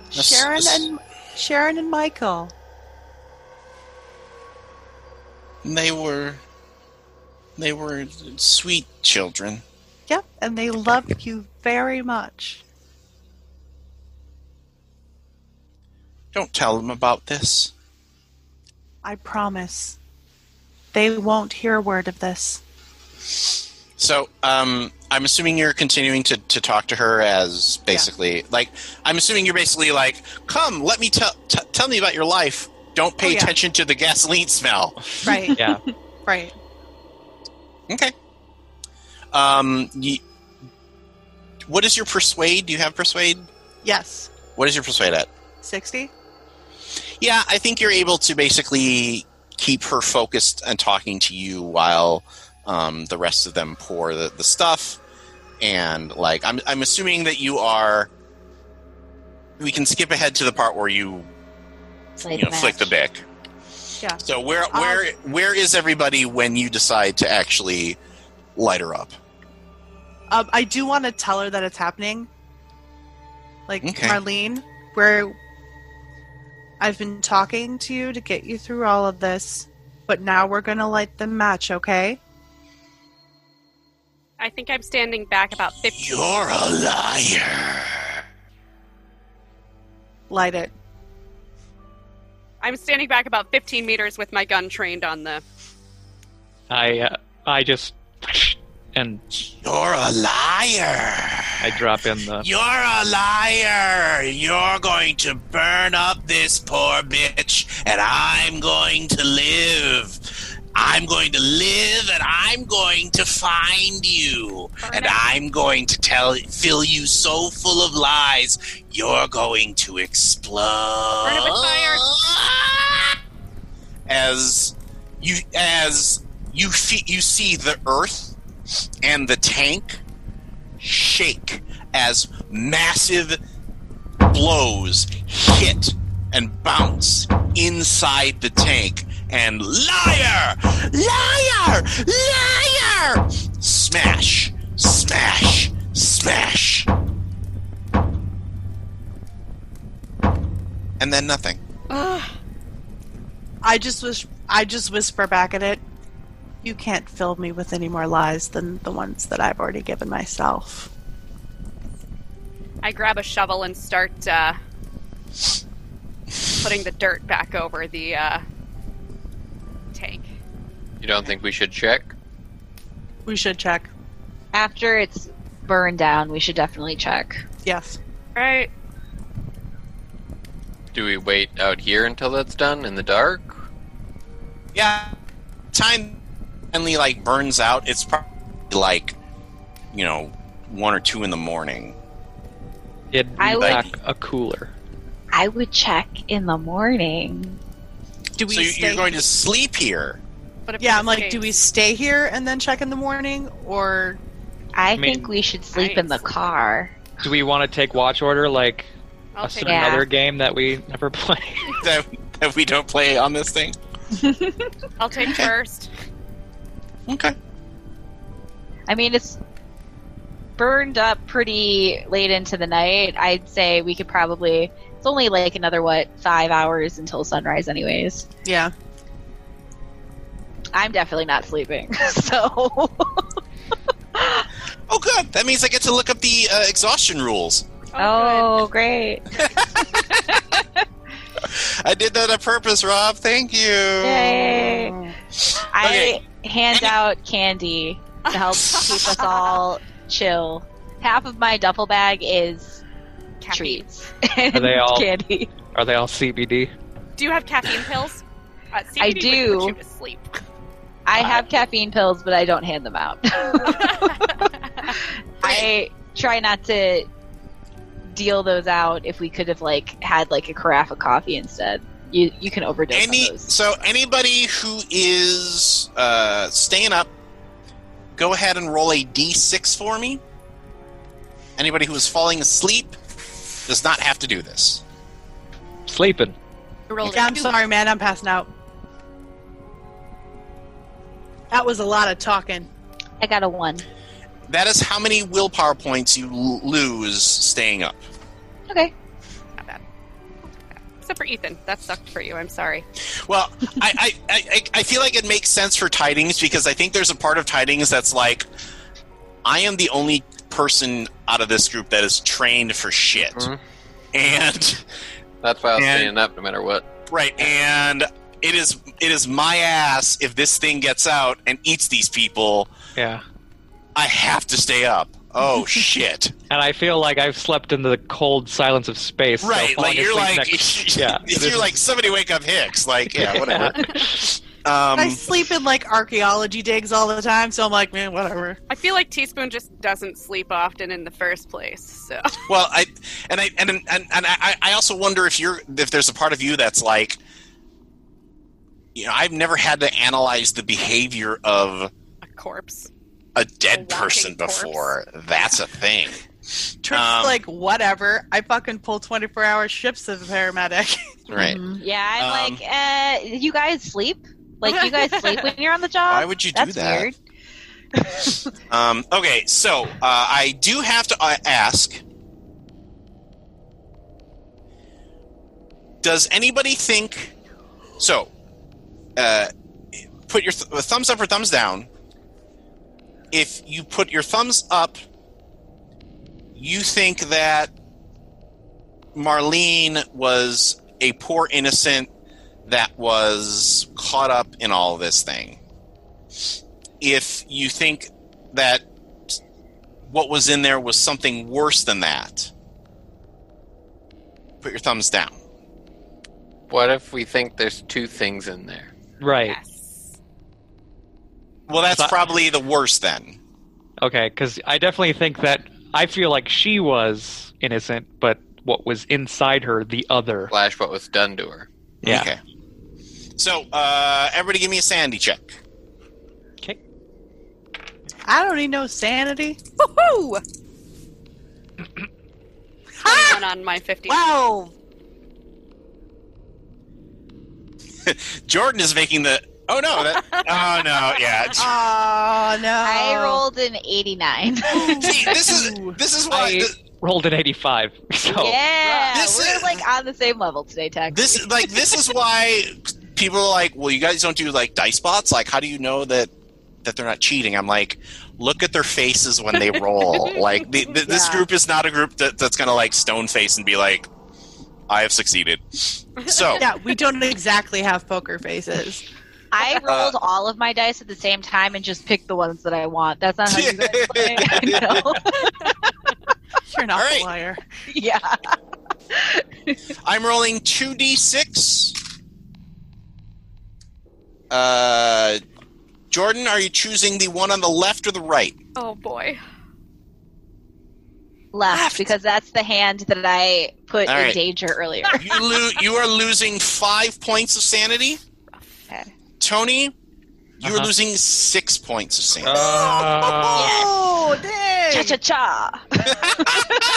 B: That's-
C: Sharon
B: that's-
C: and Sharon and Michael.
B: And they were they were sweet children.
C: Yep, and they love you very much.
B: Don't tell them about this.
C: I promise. They won't hear a word of this.
B: So, um, I'm assuming you're continuing to, to talk to her as basically like I'm assuming you're basically like, come, let me tell t- tell me about your life. Don't pay
C: Oh, yeah.
B: attention to the gasoline smell.
C: Right.
D: Yeah.
C: Right.
B: Okay. Um, ye- what is your persuade? Do you have persuade?
C: Yes.
B: What is your persuade at?
C: 60?
B: Yeah, I think you're able to basically keep her focused and talking to you while um, the rest of them pour the, the stuff. And like, I'm I'm assuming that you are. We can skip ahead to the part where you
E: Play
B: you know flick the
E: match.
B: dick.
C: Yeah.
B: So where where where is everybody when you decide to actually light her up?
C: Um, I do want to tell her that it's happening. Like,
B: Okay.
C: Marlene, where I've been talking to you to get you through all of this, but now we're going to light the match, okay?
A: I think I'm standing back about 50.
B: You're a liar.
C: Light it.
A: I'm standing back about 15 meters with my gun trained on the.
D: I uh, I just and
B: You're a liar.
D: I drop in the
B: You're a liar! You're going to burn up this poor bitch, and I'm going to live. I'm going to live, and I'm going to find you, and I'm going to tell, fill you so full of lies, you're going to explode.
A: Burn it with fire.
B: As you, as you, fe- you see the earth and the tank shake as massive blows hit and bounce inside the tank and liar liar liar smash smash smash and then nothing
C: I just wish I just whisper back at it. You can't fill me with any more lies than the ones that I've already given myself.
A: I grab a shovel and start uh, putting the dirt back over the uh, tank.
F: You don't think we should check?
C: We should check.
E: After it's burned down, we should definitely check.
C: Yes.
A: Right.
F: Do we wait out here until that's done in the dark?
B: yeah time finally like burns out it's probably like you know one or two in the morning
D: it
E: I would-
D: back a cooler.
E: I would check in the morning.
C: Do we
B: so you-
C: stay?
B: you're going to sleep here *laughs*
A: But if
C: yeah,
A: it
C: I'm like,
A: escapes-
C: do we stay here and then check in the morning, or
E: I,
D: mean,
E: think we should sleep in the
A: nice.
E: car.
D: Do we want to take watch order like
A: I'll
D: a
A: take
D: certain
E: Yeah.
D: other game that we never *laughs* play?
B: that, that we don't play on this thing.
A: I'll
C: *laughs*
A: take first.
B: Okay.
E: I mean, it's burned up pretty late into the night. I'd say we could probably. It's only like another, what, five hours until sunrise, anyways.
C: yeah,
E: I'm definitely not sleeping. *laughs* So.
B: Oh, good. That means I get to look up the uh, exhaustion rules.
A: good.
E: *laughs* oh, great.
B: I did that on purpose, Rob. Thank you.
E: Yay. I
B: Okay.
E: hand out candy to help keep us all chill. Half of my duffel bag is
A: Caffeine.
E: treats and *laughs*
D: Are they all-
E: candy.
D: Are they all CBD?
A: Do you have caffeine pills? Uh, CBD
E: I
A: would
E: do.
A: put you to sleep.
E: I have caffeine pills, but I don't hand them *laughs* out. I try not to deal those out if we could have like had like a carafe of coffee instead. You you can overdose on
B: Any
E: those.
B: so anybody who is uh, staying up, go ahead and roll a d6 for me. Anybody who is falling asleep does not have to do this.
D: Sleeping.
A: I rolled a
C: yeah. I'm
A: two.
C: sorry, man, I'm passing out. That was a lot of talking.
E: I got a one.
B: That is how many willpower points you l- lose staying up.
E: Okay.
A: Not bad. Except for Ethan. That sucked for you. I'm sorry.
B: Well, I, I, I, I feel like it makes sense for tidings because I think there's a part of tidings that's like, I am the only person out of this group that is trained for shit,
D: Mm-hmm.
F: Mhm.
B: and
F: That's why I was
B: And-
F: staying up no matter what.
B: right, and it is it is my ass if this thing gets out and eats these people.
D: Yeah.
B: I have to stay up.
D: *laughs*
B: Oh shit!
D: And I feel like I've slept in the cold silence of space. so
B: right, like
D: falling
B: you're
D: asleep
B: like *laughs*
D: next- yeah, this
B: you're
D: is-
B: like somebody wake up Hicks. Like yeah,
D: *laughs*
B: whatever. Um,
C: I sleep in like archaeology digs all the time, so I'm like, man, whatever.
A: I feel like Teaspoon just doesn't sleep often in the first place. So *laughs*
B: Well, I and I and and, and I, I also wonder if you're if there's a part of you that's like, you know, I've never had to analyze the behavior of
A: a corpse.
B: a dead
A: A walking
B: person
A: corpse.
B: before. That's
A: *laughs*
B: a thing.
C: Trip's
B: Um,
C: like, whatever. I fucking pull 24 hour shifts as a paramedic. *laughs* Mm-hmm.
B: Right.
E: Yeah, I'm
B: Um,
E: like, uh, you guys sleep? Like, you guys sleep when you're on the job?
B: Why would you do
E: That's
B: that?
E: Weird.
B: Um, okay, so uh, I do have to uh, ask Does anybody think. So, uh, put your th- thumbs up or thumbs down. If you put your thumbs up, you think that Marlene was a poor innocent that was caught up in all this thing. If you think that what was in there was something worse than that. Put your thumbs down.
F: What if we think there's two things in there?
D: right.
A: Yes.
B: Well, that's
D: But-
B: probably the worst then.
D: Okay, because I definitely think that I feel like she was innocent, but what was inside her, the other.
F: Flash, what was done to her?
D: Yeah.
B: Okay. So, uh, everybody give me a sanity check.
D: Okay.
C: I don't need no sanity.
A: *coughs* Woohoo! Twenty-one on my fifty.
C: Wow.
B: Jordan is making the. Oh, no. That, oh, no. Yeah.
C: Oh, no.
E: I rolled an
C: *laughs*
E: 89.
B: See, this is this is why
D: I rolled an 85. *laughs*
E: *laughs*
D: So
E: yeah,
B: This
E: we're
B: is-
E: like on the same level today, Tech.
B: this like this is why people are like, well, you guys don't do like dice bots. Like, how do you know that that they're not cheating? I'm like, look at their faces when they
C: *laughs*
B: roll. like, the, the, this
C: Yeah.
B: group is not a group that, that's gonna like stone face and be like, I have
C: *laughs*
B: succeeded. So
C: Yeah, we don't exactly have poker faces.
B: uh,
E: I rolled all of my dice at the same time and just picked the ones that I want. That's not
B: *laughs*
E: how you guys play. I know. *laughs*
C: You're not
B: All
C: a
B: right.
C: liar.
E: yeah.
B: I'm rolling two d six. Uh, Jordan, are you choosing the one on the left or the right?
A: Oh boy.
E: Left, because that's the hand that I put
B: All
E: in
B: right.
E: danger earlier.
B: You lo- you are losing five points of sanity.
E: Okay.
B: Tony, you are
D: Uh-huh.
B: losing six points of sanity.
D: Uh,
C: *laughs* Oh,
E: Cha
C: dang.
B: *laughs*
E: cha cha. *laughs*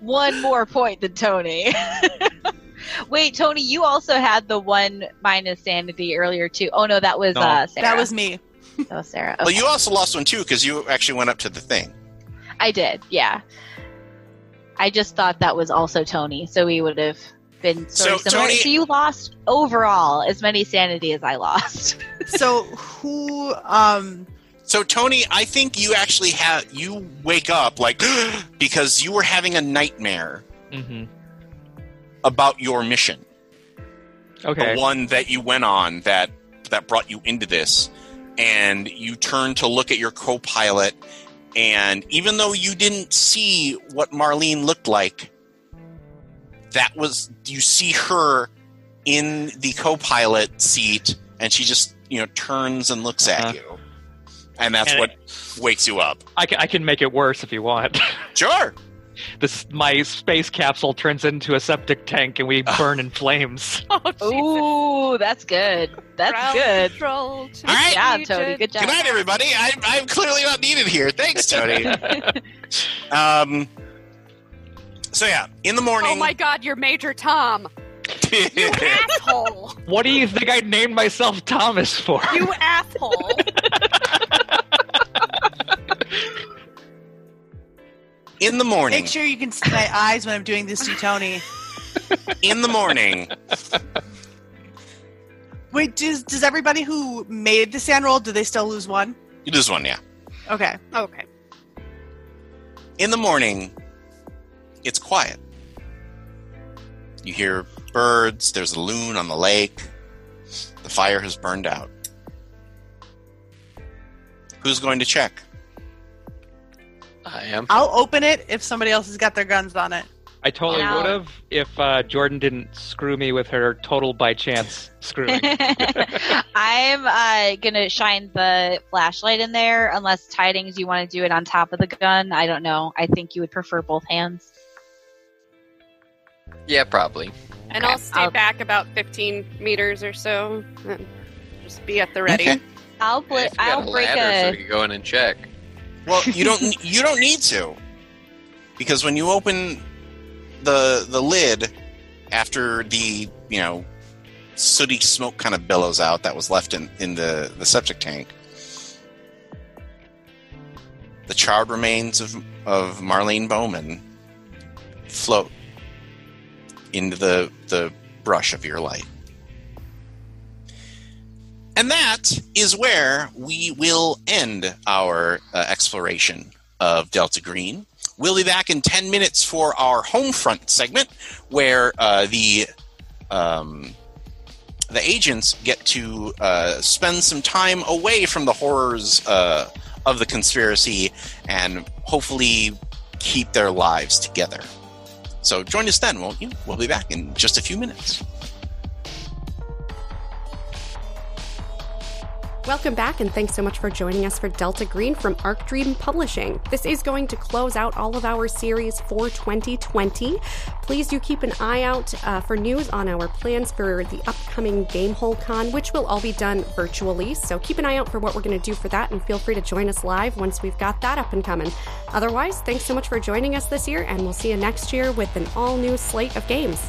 E: one more point than Tony. *laughs* Wait, Tony, you also had the one minus sanity earlier too. Oh no, that was
D: No.
E: uh, Sarah.
C: That was me.
E: that was Sarah.
B: Well,
E: Okay.
B: you also lost one too because you actually went up to the thing.
E: I did, yeah. I just thought that was also Tony, so we would have been sort of
B: So,
E: similar.
B: Tony-
E: so you lost overall as many sanity as I lost.
C: So who um
B: So, Tony, I think you actually have you wake up like *gasps* because you were having a nightmare
D: mhm.
B: about your mission,
D: Okay.
B: the one that you went on that that brought you into this, and you turned to look at your co-pilot, and even though you didn't see what Marlene looked like, that was you see her in the co-pilot seat, and she just you know turns and looks
D: Uh-huh.
B: at you, and that's
D: And
B: what wakes you up.
D: I can, I can make it worse if you want. *laughs*
B: Sure.
D: This my space capsule turns into a septic tank and
B: *laughs*
D: we burn in flames.
A: Oh, Jesus.
E: Ooh, that's good. That's
A: Ground
E: good.
A: Control to
B: All right.
E: Good job, Tony. Good job.
B: Good night, everybody. I, I'm clearly not needed here. Thanks,
A: *laughs*
B: Tony. um. So yeah, in the morning.
A: Oh
B: *laughs*
A: my God, you're Major Tom. You
D: *laughs*
A: asshole.
D: What do you think I named myself Thomas for?
A: You asshole.
B: in the morning.
C: make sure you can see my eyes when I'm doing this to Tony.
B: In
A: *laughs*
B: the morning.
C: Wait, does does everybody who made the sand roll do they still lose one?
B: You lose one, yeah.
C: Okay.
A: Okay.
B: In the morning, it's quiet. You hear birds. There's a loon on the lake. The fire has burned out. Who's going to check?
F: I am.
C: I'll open it if somebody else has got their guns on it.
D: I totally
E: Wow.
D: would have if uh, Jordan didn't screw me with her total by chance
E: *laughs*
D: screwing.
E: *laughs* I'm uh, gonna shine the flashlight in there, unless tidings you want to do it on top of the gun. I don't know. I think you would prefer both hands.
F: Yeah, probably.
H: And I'll stay
E: I'll-
H: back about 15 meters or so. and Just be at the ready.
B: Okay.
E: I'll
F: Yeah,
E: bl-
F: if we got
E: I'll break
F: ladder so
E: a.
F: we could go in and check.
B: Well, you don't you don't need to, because when you open the the lid after the you know sooty smoke kind of billows out that was left in in the the septic tank, the charred remains of of Marlene Bowman float into the the brush of your light. And that is where we will end our uh, exploration of Delta Green. We'll be back in 10 minutes for our home front segment, where uh, the um, the agents get to uh, spend some time away from the horrors uh, of the conspiracy and hopefully keep their lives together. So join us then, won't you? We'll be back in just a few minutes.
A: Welcome back, and thanks so much for joining us for Delta Green from Arc Dream Publishing. This is going to close out all of our series for 2020. Please do keep an eye out uh, for news on our plans for the upcoming Gamehole Con, which will all be done virtually. So keep an eye out for what we're going to do for that, and feel free to join us live once we've got that up and coming. Otherwise, thanks so much for joining us this year, and we'll see you next year with an all new slate of games.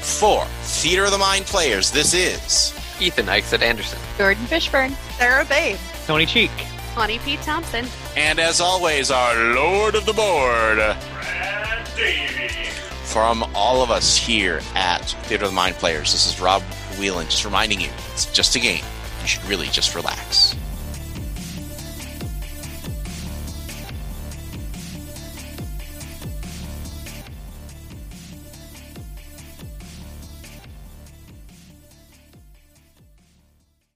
B: For Theater of the Mind players, this is
F: Ethan Ikes at Anderson.
E: Jordan Fishburne.
C: Sarah Babe.
D: Tony Cheek.
H: Honey P. Thompson.
B: And as always, our Lord of the Board. From all of us here at Theater of the Mind Players, this is Rob Whelan just reminding you it's just a game. You should really just relax.